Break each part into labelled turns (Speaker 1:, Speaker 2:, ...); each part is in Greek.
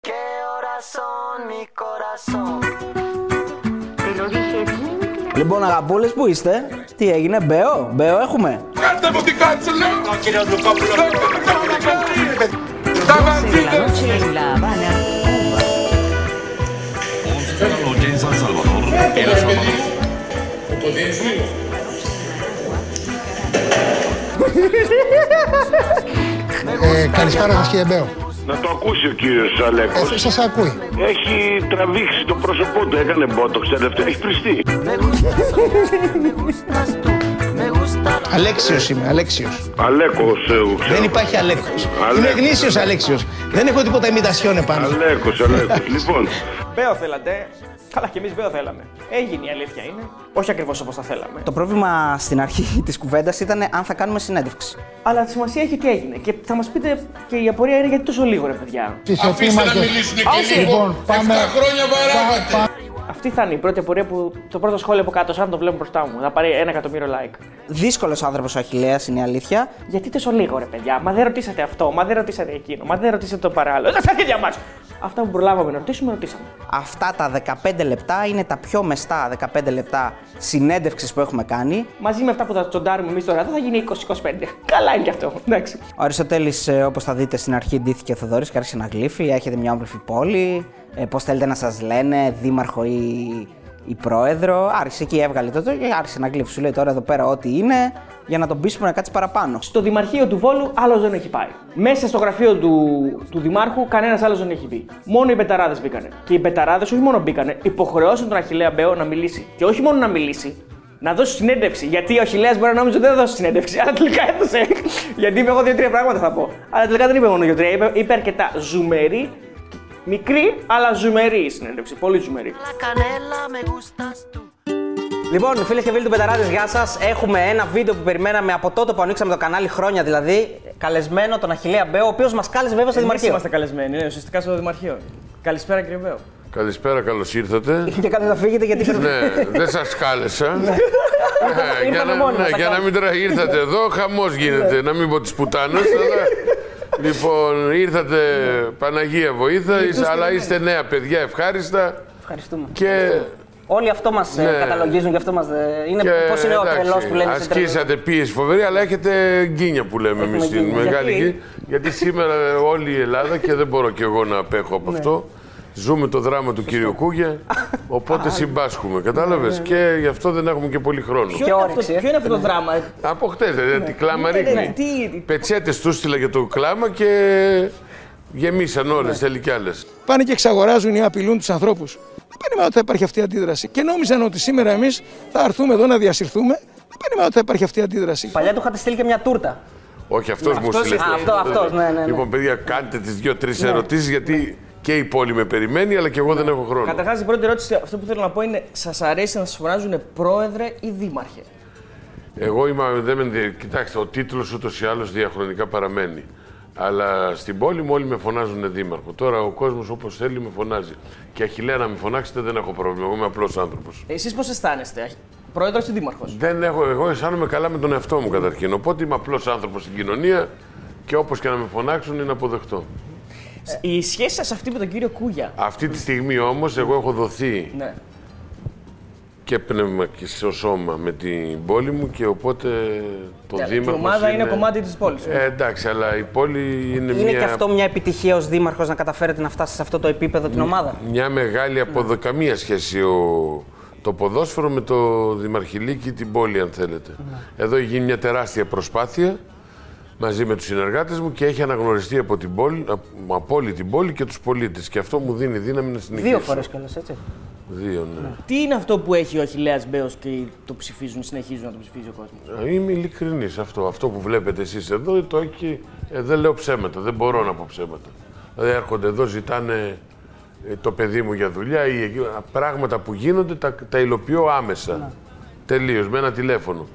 Speaker 1: ¿Qué horas son, mi corazón?
Speaker 2: Te lo dije bien.
Speaker 3: Λοιπόν, αγαπούλες που είστε, τι έγινε, Μπέο, Μπέο έχουμε.
Speaker 4: Κάντε μου τι κάτσε λέω! Ο κύριος Λουκόπουλος! Τα
Speaker 2: De la
Speaker 4: βαζίδες!
Speaker 2: noche en La Habana, Cuba.
Speaker 5: en San Salvador.
Speaker 6: Ε, καλησπέρα σας κύριε Μπέο.
Speaker 7: Να το ακούσει ο κύριος Αλέκος.
Speaker 6: Ε, σας ακούει.
Speaker 7: Έχει τραβήξει το πρόσωπό του, έκανε μπότοξ τελευταία, έχει πριστεί.
Speaker 1: Me gustas soñar, me gustas tú, me gusta
Speaker 8: Αλέξιος είμαι, Αλέξιος.
Speaker 7: Αλέκος, ε, ξέρω.
Speaker 8: Δεν υπάρχει Αλέξιος.
Speaker 7: Αλέξιος.
Speaker 8: Είμαι γνήσιος Αλέξιος. Δεν έχω τίποτα ημιτασιόν επάνω.
Speaker 7: Αλέκος, Αλέκος. λοιπόν,
Speaker 9: Μπέο θέλατε. Καλά, και εμείς Μπέο θέλαμε. Έγινε η αλήθεια είναι. Όχι ακριβώς όπως τα θέλαμε.
Speaker 3: Το πρόβλημα στην αρχή της κουβέντας ήταν αν θα κάνουμε συνέντευξη.
Speaker 9: Αλλά σημασία έχει τι έγινε. Και θα μας πείτε και η απορία είναι γιατί τόσο λίγο, ρε παιδιά.
Speaker 6: Τι σε
Speaker 4: Αφήστε να
Speaker 6: μάχες.
Speaker 4: μιλήσουν εκεί λίγο.
Speaker 6: Λοιπόν,
Speaker 4: 7
Speaker 6: πάμε.
Speaker 4: χρόνια
Speaker 6: Πα-
Speaker 4: βαράγατε.
Speaker 9: Αυτή θα είναι η πρώτη απορία που. Το πρώτο σχόλιο από κάτω, σαν να το βλέπω μπροστά μου, να πάρει ένα εκατομμύριο like.
Speaker 3: Δύσκολος άνθρωπος ο Αχηλέα είναι η αλήθεια.
Speaker 9: Γιατί τόσο λίγο, ρε παιδιά. Μα δεν ρωτήσατε αυτό, μα δεν ρωτήσατε εκείνο, μα δεν ρωτήσατε το παράλληλο. Δεν στα χέρια μας! Αυτά που προλάβαμε να ρωτήσουμε, ρωτήσαμε.
Speaker 3: Αυτά τα 15 λεπτά είναι τα πιο μεστά 15 λεπτά συνέντευξης που έχουμε κάνει.
Speaker 9: Μαζί με αυτά που θα τσοντάρουμε εμείς τώρα, εδώ θα γίνει 20-25. Καλά είναι και αυτό. Εντάξει.
Speaker 3: Ο Αριστοτέλης, όπως θα δείτε στην αρχή, ντύθηκε ο Θοδωρής και άρχισε να γλύφει. Έχετε μια όμορφη πόλη. Ε, Πώς θέλετε να σας λένε, Δήμαρχο ή, ή Πρόεδρο. Άρχισε εκεί, έβγαλε τότε και άρχισε να γλύφει. Σου λέει τώρα εδώ πέρα ό,τι είναι για να τον πείσουμε να κάτσει παραπάνω.
Speaker 9: Στο Δημαρχείο του Βόλου άλλο δεν έχει πάει. Μέσα στο γραφείο του, του Δημάρχου κανένας άλλο δεν έχει μπει. Μόνο οι πεταράδε μπήκανε. Και οι πεταράδε όχι μόνο μπήκανε, υποχρεώσαν τον Αχηλέα Μπέο να μιλήσει. Και όχι μόνο να μιλήσει, να δώσει συνέντευξη. Γιατί ο Αχηλέας μπορεί να νόμιζε ότι δεν θα δώσει συνέντευξη, αλλά τελικά έδωσε. Γιατί είπε εγώ δύο-τρία πράγματα θα πω. Αλλά τελικά δεν είπε μόνο δύο-τρία, είπε, είπε αρκετά. Ζουμερή, μικρή, αλλά ζουμερή η συνέντευξη. Πολύ ζουμερή.
Speaker 1: la canela, me gustas tú.
Speaker 3: Λοιπόν, φίλες και φίλοι του Πεταράδες, γεια σας. Έχουμε ένα βίντεο που περιμέναμε από τότε που ανοίξαμε το κανάλι χρόνια δηλαδή. Καλεσμένο τον Αχηλέα Μπέο, ο οποίος μας κάλεσε βέβαια στο Δημαρχείο.
Speaker 9: καλεσμένοι, ναι, ουσιαστικά στο Δημαρχείο. Καλησπέρα κύριε Μπέο.
Speaker 4: Καλησπέρα, καλώς ήρθατε.
Speaker 3: Και κάτι να φύγετε γιατί είχατε-
Speaker 4: Ναι, δεν σας κάλεσα. Ναι, για,
Speaker 3: ήρθαμε
Speaker 4: να,
Speaker 3: μόνοι μας, Ναι.
Speaker 4: ναι,
Speaker 3: τα
Speaker 4: για να
Speaker 3: κάνουμε.
Speaker 4: μην τώρα ήρθατε εδώ, χαμός γίνεται. να μην πω τις πουτάνες,
Speaker 3: Ναι.
Speaker 4: αλλά... Λοιπόν, ήρθατε Παναγία
Speaker 3: Ναι,
Speaker 4: βοήθεια, είσαι- αλλά είστε νέα παιδιά, ευχάριστα.
Speaker 3: Ευχαριστούμε.
Speaker 4: Και,
Speaker 3: Ναι. Όλοι αυτό μας
Speaker 4: Ναι.
Speaker 3: καταλογίζουν και αυτό μας. Είναι
Speaker 4: και
Speaker 3: πώς Ναι, είναι ο
Speaker 4: εντάξει,
Speaker 3: τρελός που λένε. είσαι τρελός.
Speaker 4: Ασκήσατε πίεση φοβερή, αλλά έχετε γκίνια που λέμε εμείς στην
Speaker 3: γκίνια.
Speaker 4: Μεγάλη
Speaker 3: Γιατί?
Speaker 4: Γη. Γιατί σήμερα όλη η Ελλάδα και δεν μπορώ κι εγώ να απέχω
Speaker 3: Ναι.
Speaker 4: από αυτό. Ζούμε το δράμα του κύριου Κούγια, οπότε συμπάσχουμε.
Speaker 3: ναι,
Speaker 4: Κατάλαβε και γι' αυτό δεν έχουμε και πολύ χρόνο.
Speaker 3: Και όρεξη. ε.
Speaker 9: είναι αυτό το δράμα,
Speaker 4: Από χτες,
Speaker 3: Ναι.
Speaker 4: δηλαδή, τη κλάμα ρίχνει.
Speaker 9: τι-
Speaker 4: Πετσέτες του στείλα για το κλάμα και γεμίσαν
Speaker 3: Ναι.
Speaker 4: όλε, θέλει κι άλλες.
Speaker 10: πάνε και εξαγοράζουν ή απειλούν τους ανθρώπους. Δεν περίμενα ότι θα υπάρχει αυτή η αντίδραση. Και νόμιζαν ότι σήμερα εμείς θα έρθουμε εδώ να διασυρθούμε. Δεν περίμενα ότι θα υπάρχει αυτή η αντίδραση.
Speaker 3: Παλιά του είχατε στείλει και μια τούρτα.
Speaker 4: Όχι, αυτός μου στείλε.
Speaker 3: α, αυτό- Ναι, αυτός, ναι, ναι, ναι.
Speaker 4: Λοιπόν, παιδιά, κάντε τις δύο-τρει ερωτήσεις, γιατί και η πόλη με περιμένει, αλλά και εγώ
Speaker 3: Ναι.
Speaker 4: δεν έχω χρόνο.
Speaker 9: Καταρχάς, η πρώτη ερώτηση, αυτό που θέλω να πω είναι: Σας αρέσει να σας φωνάζουν πρόεδρε ή δήμαρχε.
Speaker 4: Εγώ είμαι. Δεν με, ενδιαφέρει. κοιτάξτε, ο τίτλος ούτως ή άλλως διαχρονικά παραμένει. Αλλά στην πόλη μου όλοι με φωνάζουν δήμαρχο. Τώρα ο κόσμος όπως θέλει με φωνάζει. Και αχηλέα να με φωνάξετε δεν έχω πρόβλημα. Εγώ είμαι απλός άνθρωπος.
Speaker 9: Εσείς πώς αισθάνεστε, πρόεδρος ή δήμαρχος.
Speaker 4: Δεν έχω, εγώ αισθάνομαι καλά με τον εαυτό μου καταρχήν. Οπότε είμαι απλός άνθρωπος στην κοινωνία και όπως και να με φωνάξουν είναι αποδεκτό.
Speaker 9: Η σχέση σας αυτή με τον κύριο Κούγια.
Speaker 4: Αυτή τη στιγμή όμως εγώ έχω δοθεί
Speaker 9: Ναι.
Speaker 4: και πνεύμα και στο σώμα με την πόλη μου και οπότε το
Speaker 9: Και
Speaker 4: δήμαρχος.
Speaker 9: η ομάδα είναι κομμάτι της πόλης.
Speaker 4: Ε, εντάξει, αλλά η πόλη είναι,
Speaker 3: Είναι
Speaker 4: μια
Speaker 3: και αυτό μια επιτυχία ως δήμαρχος να καταφέρετε να φτάσει σε αυτό το επίπεδο
Speaker 4: Ναι.
Speaker 3: την ομάδα.
Speaker 4: μια μεγάλη αποδοκαμία σχέση ο, το ποδόσφαιρο με το Δημαρχηλίκι, την πόλη αν θέλετε. Εδώ έχει γίνει μια τεράστια προσπάθεια μαζί με τους συνεργάτες μου και έχει αναγνωριστεί από, την πόλη, από, από όλη την πόλη και τους πολίτες. Και αυτό μου δίνει δύναμη να συνεχίσω.
Speaker 3: Δύο φορές κιόλας, έτσι.
Speaker 4: Δύο, ναι.
Speaker 9: Τι είναι αυτό που έχει ο Αχηλέα Μπέος και το ψηφίζουν, συνεχίζουν να το ψηφίζει ο κόσμος.
Speaker 4: Ε, Είμαι ειλικρινής αυτό. Αυτό που βλέπετε εσείς εδώ, το έχει... ε, δεν λέω ψέματα, δεν μπορώ να πω ψέματα. Δηλαδή έρχονται εδώ, ζητάνε ε, το παιδί μου για δουλειά ή εκεί- α, πράγματα που γίνονται τα, τα υλοποιώ άμεσα.
Speaker 3: Ναι.
Speaker 4: Τελείως, με ένα τηλέφωνο.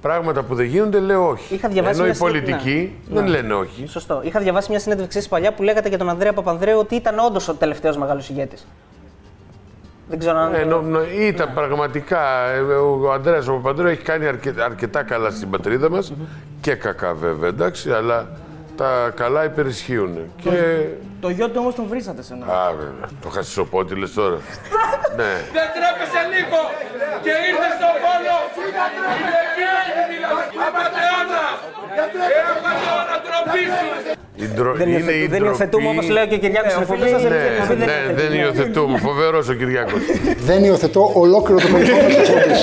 Speaker 4: Πράγματα που δεν γίνονται λέω όχι.
Speaker 3: Είχα διαβάσει
Speaker 4: Ενώ
Speaker 3: μια
Speaker 4: οι
Speaker 3: συνέντευξη-
Speaker 4: πολιτικοί δεν λένε όχι.
Speaker 3: Σωστό. Είχα διαβάσει μια συνέντευξή σα παλιά που λέγατε για τον Ανδρέα Παπανδρέου ότι ήταν όντως ο τελευταίος μεγάλος ηγέτης. Δεν ξέρω αν.
Speaker 4: Ενώ, νο- ήταν πραγματικά. ε, Ο Αντρέα ο Παπανδρέου έχει κάνει αρκε- αρκετά καλά στην πατρίδα μας και κακά βέβαια, εντάξει, αλλά τα καλά υπερισχύουν. Και
Speaker 9: Το Το γιο του όμως τον βρίσατε σε ένα.
Speaker 4: Α, βέβαια. Το χασισοπότη λες τώρα. ναι.
Speaker 5: Δεν τρέπεσαι λίγο και ήρθε στον πόλο. Είναι κύριοι, απαταιώνα. Έχω το να τροπήσει.
Speaker 4: Η ντρο-
Speaker 3: Δεν,
Speaker 4: είναι
Speaker 3: υιοθετού-
Speaker 4: η
Speaker 3: δεν
Speaker 4: ντροπή- Ε,
Speaker 3: υιοθετούμε όπω λέει και ο Κυριάκο.
Speaker 9: Ναι,
Speaker 3: Ναι,
Speaker 9: ο
Speaker 3: φίλο σα.
Speaker 9: φίλος σας
Speaker 4: Ναι, ναι, δεν υιοθετούμε. Φοβερός ο Κυριάκος.
Speaker 6: Δεν υιοθετώ ολόκληρο το περιεχόμενο της εκπομπής.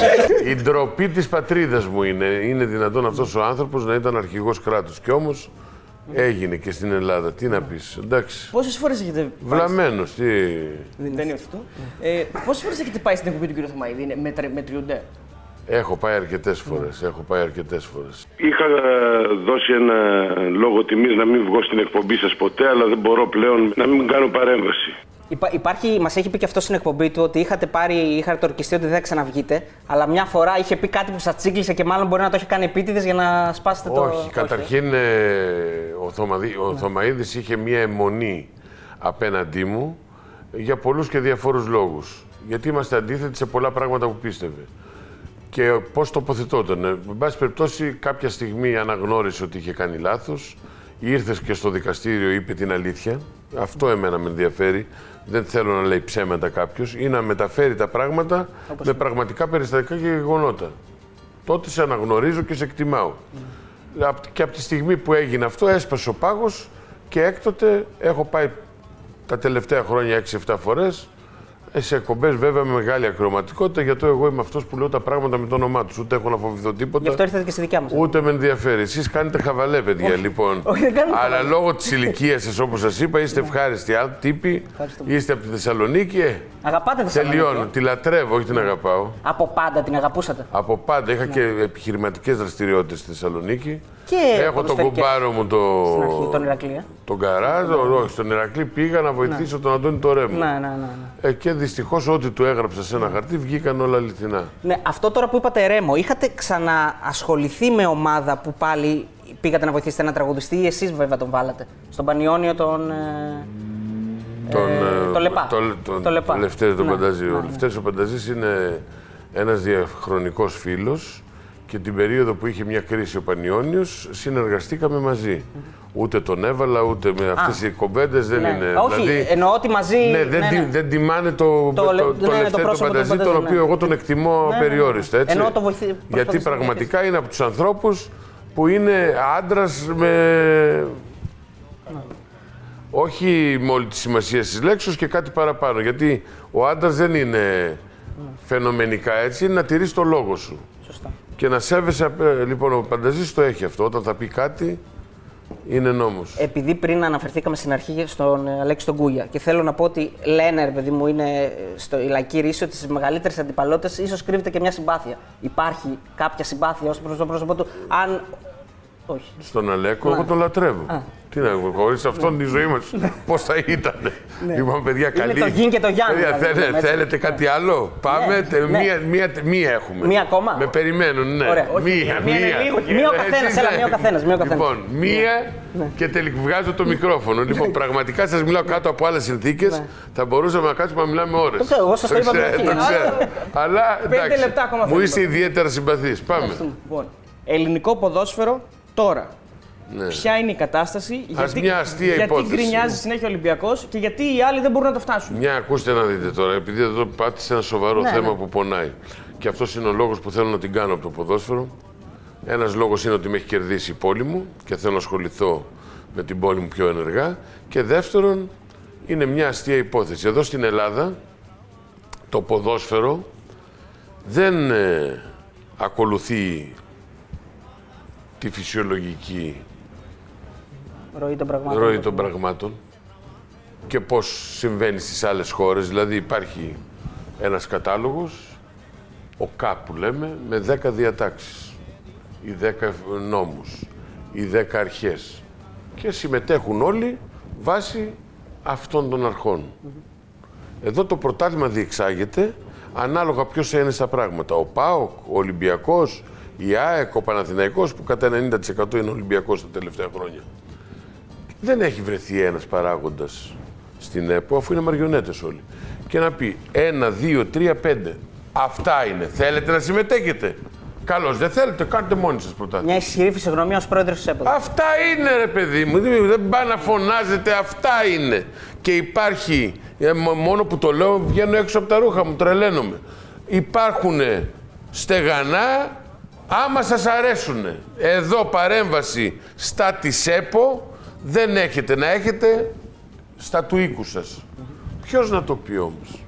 Speaker 4: Η ντροπή τη πατρίδας μου είναι. Είναι δυνατόν αυτός ο άνθρωπος να ήταν αρχηγός κράτους. Κι όμως έγινε και στην Ελλάδα. Τι να πεις, εντάξει.
Speaker 11: Πόσες φορές έχετε.
Speaker 4: Βλαμμένος, τι.
Speaker 11: Δεν είναι αυτό. Ε, Πόσες φορές έχετε πάει στην εκπομπή του κ. Θωμαίδη, είναι μετρε- μετριούνται.
Speaker 4: Έχω πάει αρκετές φορές. Έχω πάει αρκετές φορές.
Speaker 7: Είχα ε, δώσει ένα ε, λόγο τιμής να μην βγω στην εκπομπή σας ποτέ, αλλά δεν μπορώ πλέον να μην κάνω παρέμβαση.
Speaker 3: Υπά, υπάρχει, μας έχει πει και αυτός στην εκπομπή του ότι είχατε πάρει, είχατε το ορκιστεί ότι δεν θα ξαναβγείτε. Αλλά μια φορά είχε πει κάτι που σας τσίγκλισε και μάλλον μπορεί να το είχε κάνει επίτηδες για να σπάσετε το.
Speaker 4: Όχι, καταρχήν ε, ο, Θωμαδί, ο Θωμαίδης είχε μία αιμονή απέναντί μου για πολλούς και διαφόρους λόγους. Γιατί είμαστε αντίθετοι σε πολλά πράγματα που πίστευε. Και πώς τοποθετόταν. Ε, Εν πάση περιπτώσει κάποια στιγμή αναγνώρισε ότι είχε κάνει λάθος. Ήρθες και στο δικαστήριο είπε την αλήθεια. Αυτό εμένα με ενδιαφέρει. Δεν θέλω να λέει ψέματα κάποιος ή να μεταφέρει τα πράγματα με πραγματικά περιστατικά και γεγονότα. Τότε σε αναγνωρίζω και σε εκτιμάω.
Speaker 3: Ναι.
Speaker 4: Απ'- Και από τη στιγμή που έγινε αυτό, έσπασε ο πάγος και έκτοτε έχω πάει τα τελευταία χρόνια 6-7 φορές σε εκπομπές, βέβαια με μεγάλη ακροματικότητα. Γιατί εγώ είμαι αυτός που λέω τα πράγματα με το όνομά τους. Ούτε έχω να φοβηθώ
Speaker 3: Γι' αυτό
Speaker 4: τίποτα.
Speaker 3: ήρθατε και στη δικιά μας.
Speaker 4: Ούτε με ενδιαφέρει. Εσείς κάνετε χαβαλέ, παιδιά, λοιπόν.
Speaker 3: όχι, δεν κάνουμε
Speaker 4: Αλλά
Speaker 3: χαβαλέ. Ναι.
Speaker 4: λόγω της ηλικίας σας, όπως σας είπα, είστε ευχάριστοι άνθρωποι, τύποι. Είστε από τη Θεσσαλονίκη. ε.
Speaker 3: Αγαπάτε Θεσσαλονίκη.
Speaker 4: Τελειώνω. Τη λατρεύω, όχι την αγαπάω.
Speaker 3: Από πάντα την αγαπούσατε.
Speaker 4: Από πάντα. Είχα
Speaker 3: Ναι.
Speaker 4: και επιχειρηματικές δραστηριότητες στη Θεσσαλονίκη.
Speaker 3: Και
Speaker 4: Έχω τον
Speaker 3: ποδοσφαιρικές.
Speaker 4: κουμπάρο μου το...
Speaker 3: Στην αρχή, τον Ηρακλή, ε.
Speaker 4: Τον Καράζ, ο- όχι, στον Ηρακλή πήγα να βοηθήσω τον Αντώνη το ρεύμα.
Speaker 3: Ναι, ναι, ναι, ναι.
Speaker 4: Ε, και δυστυχώς ό,τι του έγραψα σε ένα χαρτί βγήκαν όλα αληθινά.
Speaker 3: Ναι, αυτό τώρα που είπατε Ρέμο, είχατε ξαναασχοληθεί με ομάδα που πάλι πήγατε να βοηθήσετε ένα τραγουδιστή ή εσείς βέβαια τον βάλατε. Στον Πανιόνιο τον... ε,
Speaker 4: τον,
Speaker 3: ε, τον Λεπά.
Speaker 4: Τον, τον,
Speaker 3: Τον Λεπά.
Speaker 4: τον Λευτέρη τον
Speaker 3: Ναι,
Speaker 4: Πανταζή.
Speaker 3: ναι,
Speaker 4: Ο
Speaker 3: ναι.
Speaker 4: Λευτέρης ο Πανταζής είναι ένας διαχρονικός φίλος και την περίοδο που είχε μια κρίση ο Πανιόνιος συνεργαστήκαμε μαζί. Ούτε τον έβαλα, ούτε με αυτές οι κομπέντες δεν
Speaker 3: Ναι.
Speaker 4: είναι. Δηλαδή,
Speaker 3: Όχι, εννοώ ότι μαζί.
Speaker 4: Ναι, δεν,
Speaker 3: ναι,
Speaker 4: τι-
Speaker 3: ναι.
Speaker 4: δεν τιμάνε το,
Speaker 3: Το
Speaker 4: το,
Speaker 3: λε- ναι,
Speaker 4: το,
Speaker 3: ναι, το
Speaker 4: Λευτέρη τον
Speaker 3: πρόσωπο του
Speaker 4: Πανταζή, τον
Speaker 3: Πανταζή,
Speaker 4: οποίο
Speaker 3: ναι.
Speaker 4: εγώ τον εκτιμώ
Speaker 3: ναι, ναι.
Speaker 4: απεριόριστα. Έτσι.
Speaker 3: Εννοώ το βοηθή-
Speaker 4: Γιατί
Speaker 3: προσπαθείς να
Speaker 4: πραγματικά είναι από τους ανθρώπους που είναι άντρας με όχι με όλη τη σημασία της λέξης και κάτι παραπάνω. Γιατί ο άντρας δεν είναι φαινομενικά έτσι, είναι να τηρείς το λόγο σου.
Speaker 3: Σωστά.
Speaker 4: Και να σέβεσαι. απε- Λοιπόν, ο Πανταζής το έχει αυτό. Όταν θα πει κάτι, είναι νόμος.
Speaker 3: Επειδή πριν αναφερθήκαμε στην αρχή στον ε, Αλέξη τον Κούγια και θέλω να πω ότι λένε, ρε παιδί μου, είναι ε, στο, η λαϊκή ρίση ότι στις μεγαλύτερες αντιπαλότητες ίσως κρύβεται και μια συμπάθεια. Υπάρχει κάποια συμπάθεια ως προς το πρόσωπό του, αν. Όχι.
Speaker 4: Στον Αλέκο,
Speaker 3: Ναι.
Speaker 4: εγώ τον λατρεύω. Τι να πω, χωρίς αυτόν η ζωή μας πώς θα ήταν. Λοιπόν, παιδιά, καλή.
Speaker 3: Ναι. το γιν και το γιάν,
Speaker 4: Παιδιά,
Speaker 3: δηλαδή,
Speaker 4: θέλε-
Speaker 3: έτσι.
Speaker 4: θέλετε κάτι άλλο. Πάμε. τε-
Speaker 3: ναι.
Speaker 4: Μία, μία, μία έχουμε.
Speaker 3: Μία ακόμα?
Speaker 4: Με περιμένουν, ναι.
Speaker 3: Ωραία, όχι,
Speaker 4: Μία,
Speaker 3: μία είναι λίγο, μία ο
Speaker 4: Έτσι,
Speaker 3: καθένας, έλα,
Speaker 4: ναι.
Speaker 3: μία ο καθένας, μία ο καθένας. Ναι.
Speaker 4: Λοιπόν, μία και τελικά βγάζω το μικρόφωνο. Λοιπόν, πραγματικά σας μιλάω κάτω από άλλες συνθήκες. Θα μπορούσαμε να κάτσουμε να μιλάμε ώρες.
Speaker 3: Ναι. Το ξέρω, εγώ σας το είπα από την αρχή.
Speaker 4: Αλλά εντάξει,
Speaker 11: λεπτά ακόμα
Speaker 4: μου
Speaker 11: θέλουμε.
Speaker 4: είσαι ιδιαίτερα συμπαθή. Πάμε.
Speaker 11: Λοιπόν, ελληνικό ποδόσφαιρο τώρα.
Speaker 4: Ναι.
Speaker 11: Ποια είναι η κατάσταση, γιατί,
Speaker 4: μια αστεία
Speaker 11: γιατί
Speaker 4: υπόθεση.
Speaker 11: γκρινιάζει συνέχεια ο Ολυμπιακός και γιατί οι άλλοι δεν μπορούν να το φτάσουν.
Speaker 4: Μια, ακούστε να δείτε τώρα, επειδή εδώ πάτησε ένα σοβαρό θέμα που πονάει. Και αυτός είναι ο λόγος που θέλω να την κάνω από το ποδόσφαιρο. Ένας λόγος είναι ότι με έχει κερδίσει η πόλη μου και θέλω να ασχοληθώ με την πόλη μου πιο ενεργά. Και δεύτερον, είναι μια αστεία υπόθεση. Εδώ στην Ελλάδα το ποδόσφαιρο δεν ε, ακολουθεί τη φυσιολογική
Speaker 3: Ροή των πραγμάτων.
Speaker 4: ροή των πραγμάτων και πώς συμβαίνει στις άλλες χώρες. Δηλαδή υπάρχει ένας κατάλογος, ο ΚΑ που λέμε, με 10 διατάξεις, οι 10 νόμους, οι 10 αρχές και συμμετέχουν όλοι βάσει αυτών των αρχών. Εδώ το πρωτάθλημα διεξάγεται ανάλογα ποιος είναι στα πράγματα. Ο ΠΑΟΚ, ο Ολυμπιακός, η ΑΕΚ, ο Παναθηναϊκός που κατά 90% είναι Ολυμπιακός τα τελευταία χρόνια. Δεν έχει βρεθεί ένας παράγοντας στην ΕΠΟ, αφού είναι μαριονέτες όλοι. Και να πει 1, 2, 3, 5. Αυτά είναι. Θέλετε να συμμετέχετε. Καλώς δεν θέλετε, κάντε μόνοι σας πρωτάθλημα.
Speaker 3: Μια ισχυρή φυσιογνωμία ως πρόεδρος της ΕΠΟ.
Speaker 4: Αυτά είναι ρε παιδί μου, δεν, δεν πάει να φωνάζετε, αυτά είναι. Και υπάρχει, ε, μ- μόνο που το λέω βγαίνω έξω από τα ρούχα μου, τρελαίνομαι. Υπάρχουν στεγανά άμα σας αρέσουν. Εδώ παρέμβαση στα της ΕΠΟ δεν έχετε να έχετε στα του οίκου σας. Ποιος να το πει όμως.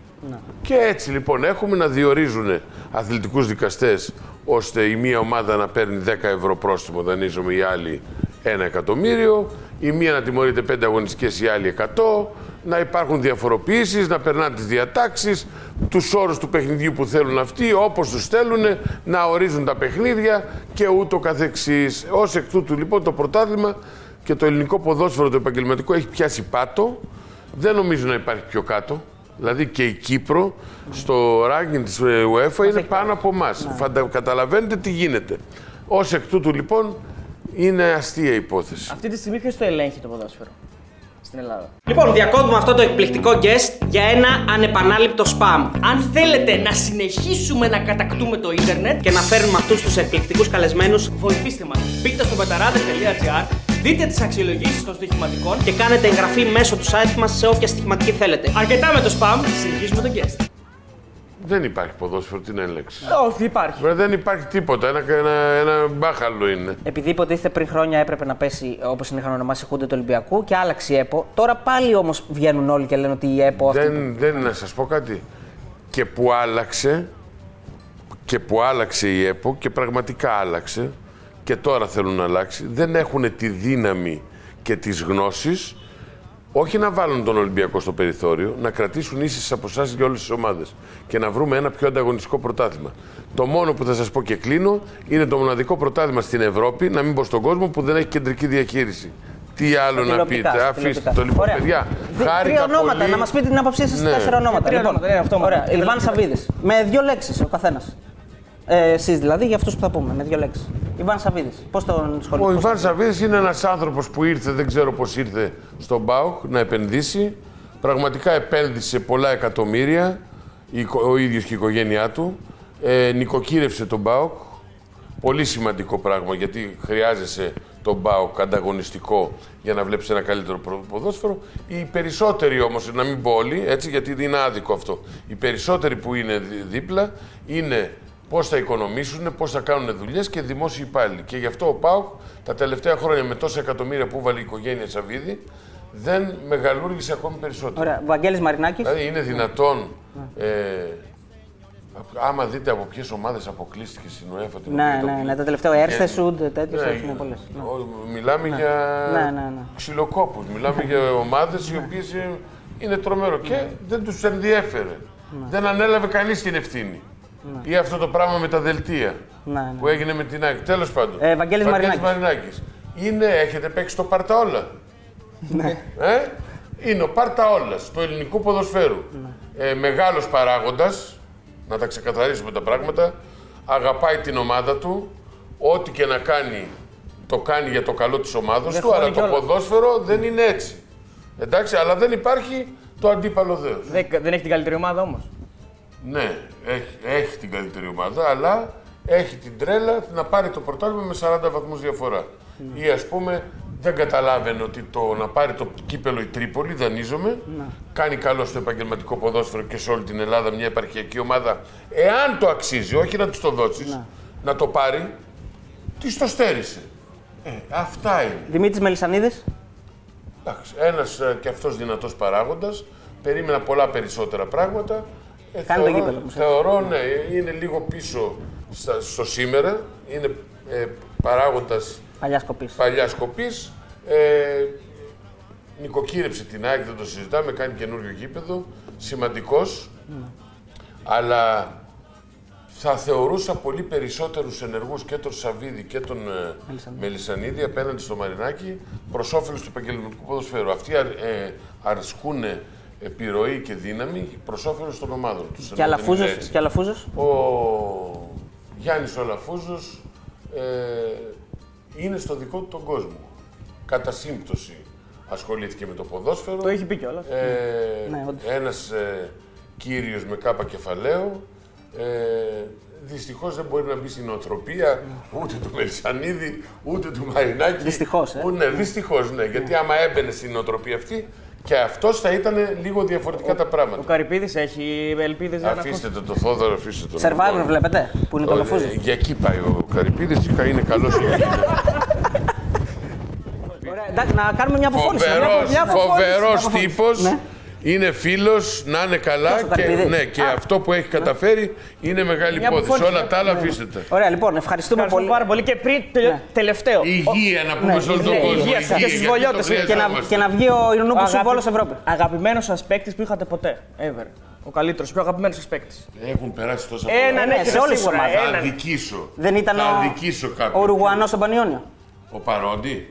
Speaker 4: Και έτσι λοιπόν έχουμε να διορίζουν αθλητικούς δικαστές ώστε η μία ομάδα να παίρνει 10 ευρώ πρόστιμο δανείζομαι η άλλη 1 εκατομμύριο, η μία να τιμωρείται 5 αγωνιστικές η άλλη 100, να υπάρχουν διαφοροποιήσεις, να περνάνε τις διατάξεις, τους όρους του παιχνιδιού που θέλουν αυτοί, όπως τους θέλουν, να ορίζουν τα παιχνίδια και ούτω καθεξής. Ως εκ τούτου λοιπόν το πρωτάθλημα και το ελληνικό ποδόσφαιρο το επαγγελματικό έχει πιάσει πάτο. Δεν νομίζω να υπάρχει πιο κάτω. Δηλαδή και η Κύπρο στο ranking της ε, UEFA είναι πάνω από εμάς. Καταλαβαίνετε τι γίνεται. Ως εκ τούτου λοιπόν είναι αστεία η υπόθεση.
Speaker 11: Αυτή τη στιγμή ποιος το ελέγχει το ποδόσφαιρο στην Ελλάδα.
Speaker 12: Λοιπόν, διακόπτουμε αυτό το εκπληκτικό guest για ένα ανεπανάληπτο spam. Αν θέλετε να συνεχίσουμε να κατακτούμε το ίντερνετ και να φέρνουμε αυτούς τους εκπληκτικούς καλεσμένους, βοηθήστε μας. Μπείτε στο betarades.gr, δείτε τις αξιολογήσεις των στοιχηματικών και κάνετε εγγραφή μέσω του site μας σε όποια στοιχηματική θέλετε. Αρκετά με το spam, συνεχίζουμε τον guest.
Speaker 4: Δεν υπάρχει ποδόσφαιρο, τι να ελέγξεις.
Speaker 11: Όχι, υπάρχει.
Speaker 4: Βρε, δεν υπάρχει τίποτα. Ένα, ένα, ένα μπάχαλο είναι.
Speaker 3: Επειδή υποτίθεται πριν χρόνια έπρεπε να πέσει όπως την είχαν ονομάσει Χούντα του Ολυμπιακού και άλλαξε η ΕΠΟ, τώρα πάλι όμως βγαίνουν όλοι και λένε ότι η ΕΠΟ αυτή.
Speaker 4: Δεν, δεν να σας πω κάτι. Και που άλλαξε, και που άλλαξε η ΕΠΟ και πραγματικά άλλαξε και τώρα θέλουν να αλλάξει, δεν έχουν τη δύναμη και τις γνώσεις όχι να βάλουν τον Ολυμπιακό στο περιθώριο, να κρατήσουν ίσες αποσάσει για όλες τις ομάδες και να βρούμε ένα πιο ανταγωνιστικό πρωτάθλημα. Το μόνο που θα σας πω και κλείνω είναι το μοναδικό πρωτάθλημα στην Ευρώπη, να μην πω στον κόσμο, που δεν έχει κεντρική διαχείριση. Τι άλλο
Speaker 3: Στα
Speaker 4: να
Speaker 3: τηλεοπτικά,
Speaker 4: πείτε,
Speaker 3: στα
Speaker 4: αφήστε
Speaker 3: τηλεοπτικά.
Speaker 4: το λοιπόν,
Speaker 3: Ωραία.
Speaker 4: παιδιά.
Speaker 3: Δι- τρία
Speaker 4: χάρηκα
Speaker 3: ονόματα,
Speaker 4: πολύ.
Speaker 3: να μας πείτε την άποψή σας
Speaker 4: Ναι.
Speaker 3: τέσσερα ονόματα.
Speaker 4: Τρία
Speaker 3: Λοιπόν, Ωραία, Ιβάν Σαββίδης. Με δύο λέξεις ο καθένας. Ε, Εσείς δηλαδή, για αυτούς που θα πούμε, με δύο λέξεις. Ιβάν Σαββίδης. Πώς τον
Speaker 4: Ο
Speaker 3: σχολιάσατε.
Speaker 4: Ιβάν Σαββίδης είναι ένας άνθρωπος που ήρθε, δεν ξέρω πώς ήρθε, στον Μπάουκ να επενδύσει. Πραγματικά επένδυσε πολλά εκατομμύρια η οικο- ο ίδιος και η οικογένειά του. Ε, νοικοκύρευσε τον Μπάουκ. Πολύ σημαντικό πράγμα γιατί χρειάζεσαι τον Μπάουκ ανταγωνιστικό για να βλέπεις ένα καλύτερο προ- ποδόσφαιρο. Οι περισσότεροι όμως, να μην πω όλοι, έτσι, γιατί είναι άδικο αυτό. Οι περισσότεροι που είναι δι- δίπλα είναι πώς θα οικονομήσουν, πώς θα κάνουν δουλειές και δημόσιοι υπάλληλοι. Και γι' αυτό ο Πάουκ τα τελευταία χρόνια με τόσα εκατομμύρια που βάλει η οικογένεια Σαββίδη δεν μεγαλούργησε ακόμη περισσότερο.
Speaker 3: Ωραία, Ναι. Βαγγέλης Μαρινάκης.
Speaker 4: Δηλαδή είναι δυνατόν. Ε, απ- άμα δείτε από ποιες ομάδες αποκλείστηκε στην UEFA την οποία
Speaker 3: Ναι,
Speaker 4: το
Speaker 3: ναι,
Speaker 4: πήρε.
Speaker 3: ναι, τα τελευταία έρθε σουντ, τέτοιε
Speaker 4: Ναι,
Speaker 3: έχουν πολλέ.
Speaker 4: ο- Μιλάμε για
Speaker 3: Ναι, ναι, ναι.
Speaker 4: ξυλοκόπους, μιλάμε για ομάδες οι οποίες ε, είναι τρομερό και
Speaker 3: Ναι.
Speaker 4: δεν τους ενδιέφερε. Δεν ανέλαβε κανείς την ευθύνη. Ή αυτό το πράγμα με τα δελτία
Speaker 3: Ναι, ναι.
Speaker 4: που έγινε με την ΑΕΚ. Τέλος πάντων.
Speaker 3: Ε, Βαγγέλης Μαρινάκης.
Speaker 4: Μαρινάκης. Είναι, έχετε παίξει το Παρταόλα. Ε? Είναι ο Παρταόλα του ελληνικού ποδοσφαίρου.
Speaker 13: Ναι.
Speaker 4: Ε, Μεγάλος παράγοντας, να τα ξεκαθαρίσουμε τα πράγματα. Αγαπάει την ομάδα του. Ό,τι και να κάνει, το κάνει για το καλό της ομάδα
Speaker 13: Δεν
Speaker 4: του. Αλλά
Speaker 13: χώνει
Speaker 4: το
Speaker 13: κιόλας.
Speaker 4: ποδόσφαιρο δεν είναι έτσι. Εντάξει, αλλά δεν υπάρχει το αντίπαλο δέος.
Speaker 11: Δεν, δεν έχει την καλύτερη ομάδα όμως.
Speaker 4: Ναι, έχει, έχει την καλύτερη ομάδα, αλλά έχει την τρέλα να πάρει το πρωτάθλημα με 40 βαθμούς διαφορά. Ή ας πούμε, δεν καταλάβαινε ότι το να πάρει το κύπελο η Τρίπολη, δανείζομαι, κάνει καλό στο επαγγελματικό ποδόσφαιρο και σε όλη την Ελλάδα μια επαρχιακή ομάδα, εάν το αξίζει, όχι να του το δώσεις, να το πάρει, της το στέρισε. Ε, αυτά είναι.
Speaker 3: Δημήτρης Μελισανίδης.
Speaker 4: Ένας ε, και αυτός δυνατός παράγοντας. Περίμενα πολλά περισσότερα πράγματα. Ε,
Speaker 3: Κάνει το γήπεδο, όπως
Speaker 4: θεωρώ,
Speaker 3: έτσι.
Speaker 4: ναι, είναι λίγο πίσω στα- στο σήμερα. Είναι ε, παράγοντας
Speaker 3: Παλιάς κοπής.
Speaker 4: παλιάς κοπής. Ε, νοικοκύρεψε την ΑΕΚ, δεν το συζητάμε. Κάνει καινούριο γήπεδο. Σημαντικός. Αλλά θα θεωρούσα πολύ περισσότερους ενεργούς και τον Σαββίδη και τον ε, Μελισανίδη απέναντι στο Μαρινάκι προς όφελος του επαγγελματικού ποδοσφαίρου. Αυτοί αρ, ε, αρσκούν επιρροή και δύναμη προς όφελος των ομάδων τους.
Speaker 3: Και
Speaker 4: Ενώ δεν
Speaker 3: Αλαφούζο.
Speaker 4: είναι έτσι.
Speaker 3: Και Αλαφούζος.
Speaker 4: Ο Γιάννης ο Αλαφούζος ε, είναι στο δικό του τον κόσμο. Κατά σύμπτωση ασχολήθηκε με το ποδόσφαιρο. Το
Speaker 11: έχει πει κιόλας.
Speaker 4: Ε,
Speaker 11: Ναι, όντως.
Speaker 4: ένας ε, κύριος με κάπα κεφαλαίο. Ε, Δυστυχώς δεν μπορεί να μπει στην οτροπία ούτε του Μελισανίδη, ούτε του Μαρινάκη. Δυστυχώς. Ε. Ναι, δυστυχώς, ναι. Γιατί άμα έμπαινε στην οτροπία αυτή και αυτός θα ήταν λίγο διαφορετικά τα
Speaker 11: Ο
Speaker 4: πράγματα.
Speaker 11: Καρυπίδης έχει ελπίδες να
Speaker 4: Αφήστε το, το Θόδωρο, αφήστε το.
Speaker 3: Survivor βλέπετε, που είναι το
Speaker 4: Λοιπόν,
Speaker 3: λεφούζι.
Speaker 4: ε, Για εκεί πάει ο Καρυπίδης, είναι καλός.
Speaker 3: Ωραία, εντάξει, να κάνουμε μια αποφώνηση. να
Speaker 4: Φοβερός
Speaker 3: βλέπουμε μια αποφώνηση, Ναι. μια
Speaker 4: φοβερός
Speaker 3: αποφώνηση.
Speaker 4: τύπος. Είναι φίλος, να είναι καλά
Speaker 3: Ποιος, ο
Speaker 4: και,
Speaker 3: Καρυπίδης?
Speaker 4: ναι, και αυτό που έχει καταφέρει είναι μεγάλη
Speaker 11: Μια
Speaker 4: υπόθεση.
Speaker 11: αποφώνηση,
Speaker 4: Όλα τα άλλα
Speaker 11: ναι.
Speaker 4: αφήστε τα.
Speaker 3: Ωραία, λοιπόν, ευχαριστούμε, πολύ. Ναι.
Speaker 11: πάρα πολύ. Και πριν τελε- τελευταίο.
Speaker 4: Υγεία να πούμε σε όλο τον κόσμο.
Speaker 11: Υγεία σας και στου
Speaker 4: Υγεία, γιατί το
Speaker 11: βολιώτες.
Speaker 4: χρειαζόμαστε.
Speaker 3: βγει ο Ειρηνόπουλος
Speaker 11: Αγάπη-
Speaker 3: Βόλος Ευρώπης.
Speaker 11: Αγαπημένος σα παίκτη που είχατε ποτέ. Ever. Ο καλύτερος, πιο αγαπημένος σα παίκτη.
Speaker 4: Έχουν περάσει τόσα
Speaker 11: Έναν
Speaker 3: ναι,
Speaker 4: πράγματα.
Speaker 11: έχετε Σε όλες τις σίγουρα, ομάδες.
Speaker 4: Θα
Speaker 11: έναν.
Speaker 4: δικήσω.
Speaker 3: Δεν ήταν
Speaker 4: θα
Speaker 3: ο-
Speaker 4: δικήσω κάποιον.
Speaker 3: Ο Ουρουγουανό στον Πανιόνιο.
Speaker 4: Ο Παρόντι.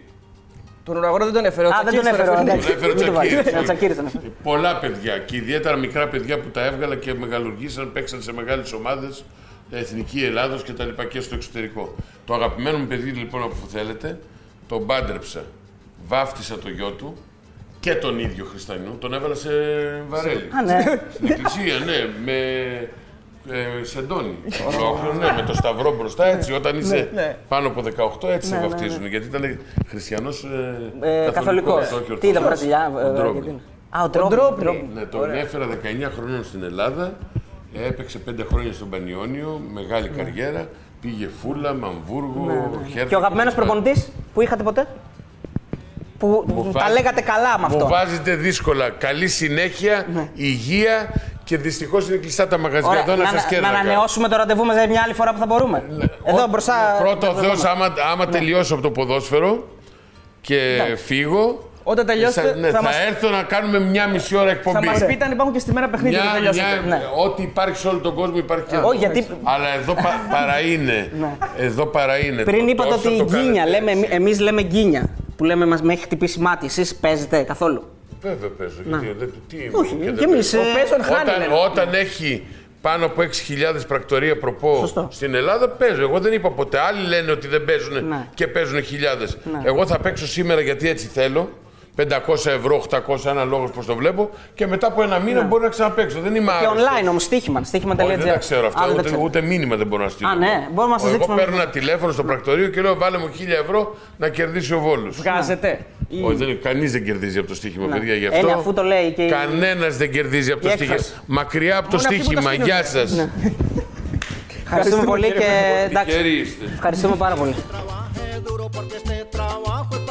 Speaker 11: Τον ουραγό δεν τον έφερε. ο
Speaker 3: Α, δεν
Speaker 11: Τσακίρης
Speaker 3: τον έφερε.
Speaker 11: έφερε.
Speaker 4: Τον
Speaker 3: εντάξει.
Speaker 4: έφερε ο
Speaker 3: Μην το βάζεις.
Speaker 4: Τσακίρης.
Speaker 3: Ο Τσακίρης τον έφερε.
Speaker 4: Πολλά παιδιά και ιδιαίτερα μικρά παιδιά που τα έβγαλα και μεγαλουργήσαν, παίξαν σε μεγάλες ομάδες, εθνική Ελλάδος και τα λοιπά και στο εξωτερικό. Το αγαπημένο μου παιδί λοιπόν, όπου θέλετε, τον μπάντρεψα. Βάφτισα το γιο του και τον ίδιο Χριστιανού, τον έβαλα σε βαρέλι.
Speaker 3: Α, ναι.
Speaker 4: Στην εκκλησία, ναι, με ε, σεντόνι. Ολόκληρο, ναι, με το σταυρό μπροστά, έτσι. Όταν είσαι
Speaker 11: ναι.
Speaker 4: πάνω από 18, έτσι
Speaker 3: Ναι,
Speaker 4: σε
Speaker 3: ναι,
Speaker 4: βαφτίζουν. Γιατί ήταν χριστιανός
Speaker 3: Ε,
Speaker 4: ε,
Speaker 3: Καθολικός.
Speaker 4: καθολικός, όχι
Speaker 3: Τι ήταν
Speaker 4: ορθόδοξος.
Speaker 3: Βραζιλιά. ε,
Speaker 4: Τον Ντρόμπι.
Speaker 3: Αργεντίνη. Α, ο Τρόμπι.
Speaker 4: Ναι, τον έφερα 19 χρόνων στην Ελλάδα. Έπαιξε 5 χρόνια στον Πανιόνιο, μεγάλη
Speaker 3: Ναι.
Speaker 4: καριέρα. Πήγε Φούλα, Μαμβούργο, Χέρι.
Speaker 3: Και ο αγαπημένος προπονητής που είχατε ποτέ. Που τα λέγατε καλά με
Speaker 4: Μου
Speaker 3: αυτό. Ναι.
Speaker 4: βάζετε δύσκολα. Καλή συνέχεια, υγεία και δυστυχώς είναι κλειστά τα μαγαζιά
Speaker 3: Ωραία,
Speaker 4: εδώ να,
Speaker 3: να,
Speaker 4: σας
Speaker 3: να, να
Speaker 4: κέρδισα.
Speaker 3: ανανεώσουμε το ραντεβού μας μια άλλη φορά που θα μπορούμε. Εδώ μπροστά. Ναι.
Speaker 4: Πρώτο ο
Speaker 3: θα
Speaker 4: Θεό,
Speaker 3: δούμε.
Speaker 4: άμα, άμα τελειώσω από το ποδόσφαιρο και φύγω.
Speaker 11: Όταν τελειώσετε,
Speaker 4: θα, ναι,
Speaker 11: θα
Speaker 4: θα
Speaker 11: μας-
Speaker 4: έρθω να κάνουμε μια μισή ώρα εκπομπή.
Speaker 11: Θα μας πείτε αν υπάρχουν και στη μέρα παιχνίδια
Speaker 4: Μια-
Speaker 11: που τελειώσετε.
Speaker 4: μια- Ό,τι υπάρχει σε όλο τον κόσμο υπάρχει και
Speaker 3: Ε,
Speaker 4: εδώ.
Speaker 3: ναι. όχι, γιατί- Ναι.
Speaker 4: Αλλά εδώ πα, παρά είναι. εδώ παρά είναι.
Speaker 3: Πριν
Speaker 4: Το
Speaker 3: είπατε
Speaker 4: τόσο
Speaker 3: ότι
Speaker 4: το
Speaker 3: γκίνια,
Speaker 4: κάνετε.
Speaker 3: λέμε, εμείς λέμε γκίνια. Που λέμε μας, με έχει χτυπήσει μάτι, εσείς παίζετε καθόλου.
Speaker 4: Βέβαια παίζω. Γιατί, δεν- τι είμαι,
Speaker 3: Όχι,
Speaker 4: δεν
Speaker 3: και εμείς,
Speaker 4: παίζω.
Speaker 3: ε, Ο Πέσον χάνει,
Speaker 4: Όταν,
Speaker 3: λέμε.
Speaker 4: όταν έχει πάνω από 6.000 πρακτορία προπό στην Ελλάδα, παίζω. Εγώ δεν είπα ποτέ. Άλλοι λένε ότι δεν παίζουν
Speaker 3: Ναι.
Speaker 4: και παίζουν χιλιάδε. Εγώ θα παίξω σήμερα γιατί έτσι θέλω. 500 ευρώ, 800, ένα λόγος πώ το βλέπω. Και μετά από ένα μήνα μπορώ να ξαναπαίξω. Δεν είμαι
Speaker 3: Ναι. Και
Speaker 4: άρρωστος.
Speaker 3: online όμως, στοίχημα. Στοίχημα.gr.
Speaker 4: Όχι, δεν τα ξέρω αυτά.
Speaker 3: Α, δεν τα
Speaker 4: ούτε,
Speaker 3: ξέρετε.
Speaker 4: ούτε μήνυμα δεν μπορώ να στείλω.
Speaker 3: Α, ναι. Μπορούμε να σας
Speaker 4: Ο- Εγώ
Speaker 3: δείξουμε
Speaker 4: παίρνω ένα τηλέφωνο στο πρακτορείο και λέω: Βάλε μου 1000 ευρώ να κερδίσει ο Βόλος.
Speaker 11: Βγάζετε.
Speaker 3: Ναι.
Speaker 11: Ή-
Speaker 4: Όχι, κανείς δεν κερδίζει από το στοίχημα, παιδιά. Γι'
Speaker 3: Ε,
Speaker 4: αυτό.
Speaker 3: ναι, αφού το λέει και η-
Speaker 4: Κανένας δεν κερδίζει από το
Speaker 3: η
Speaker 4: στοίχημα.
Speaker 3: έκφραση.
Speaker 4: Μακριά από το
Speaker 3: Μόνο αυτοί που τα
Speaker 4: στοίχημα.
Speaker 3: στείλουν.
Speaker 4: Γεια σας.
Speaker 3: Ναι. Ευχαριστούμε πολύ και εντάξει. Ευχαριστούμε πάρα πολύ.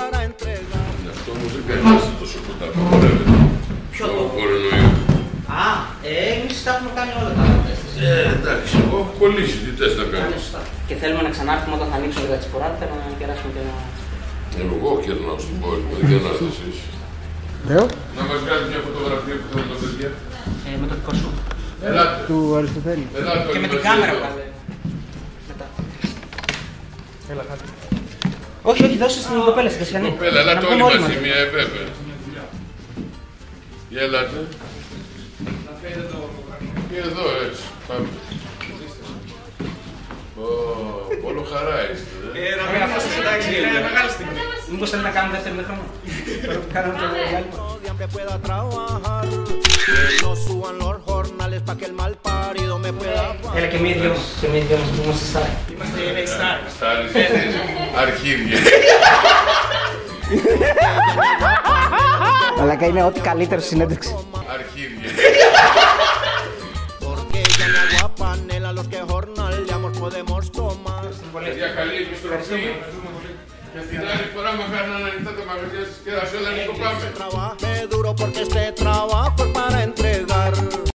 Speaker 4: Αυτό μου δεν κάνει τόσο κοντά. Απαγορεύεται.
Speaker 3: Ποιο
Speaker 4: Λόγω
Speaker 3: το?
Speaker 4: κορονοϊού.
Speaker 3: Α, εμεί Ε, τα έχουμε κάνει όλα τα
Speaker 4: Ε, εντάξει, εγώ έχω κολλήσει. Τι θε να κάνω.
Speaker 3: Και θέλουμε να ξανάρθουμε όταν θα ανοίξουν λίγα τη ποράδε να κεράσουμε και ένα.
Speaker 4: Εγώ κερνάω στην πόλη μου, δεν κερνάτε εσεί.
Speaker 6: Λέω.
Speaker 4: Να μα κάνει μια φωτογραφία που θέλω τα παιδιά.
Speaker 3: Ε, με το δικό σου.
Speaker 4: Ελάτε.
Speaker 6: Του Αριστοτέλη.
Speaker 4: Ελάτε. όλοι μαζί εδώ.
Speaker 11: Έλα, κάτω. Όχι, όχι, δώσε στην κοπέλα στην Κασιανή.
Speaker 4: Κοπέλα, ελάτε
Speaker 11: Να πούμε
Speaker 4: όλοι
Speaker 11: όλοι
Speaker 4: μαζί,
Speaker 11: μαζί.
Speaker 4: μια βέβαια. Για ελάτε. Και εδώ έτσι, πάμε. Ω, Όλο χαρά είστε. ε.
Speaker 3: Μήπω θέλει να κάνουμε δεύτερη μηχρονό. Κάναμε το διάλειμμα.
Speaker 1: pueda trabajar. Que no suban los jornales para que el mal parido me pueda.
Speaker 3: Έλα και εμεί δύο. Και εμεί δύο που είμαστε σαν.
Speaker 4: Στα αριστερά, αρχίδια.
Speaker 3: Αλλά είναι ό,τι καλύτερο συνέντευξη.
Speaker 4: Αρχίδια.
Speaker 1: Porque ya no hago a panela los que jornal de amor podemos tomar.
Speaker 4: Παιδιά, καλή επιστροφή. Και την άλλη φορά μα κάνουν ανοιχτά τα μαγαζιά σας και να σε όλα να το πάμε.
Speaker 1: Trabajé duro porque este trabajo es para entregar.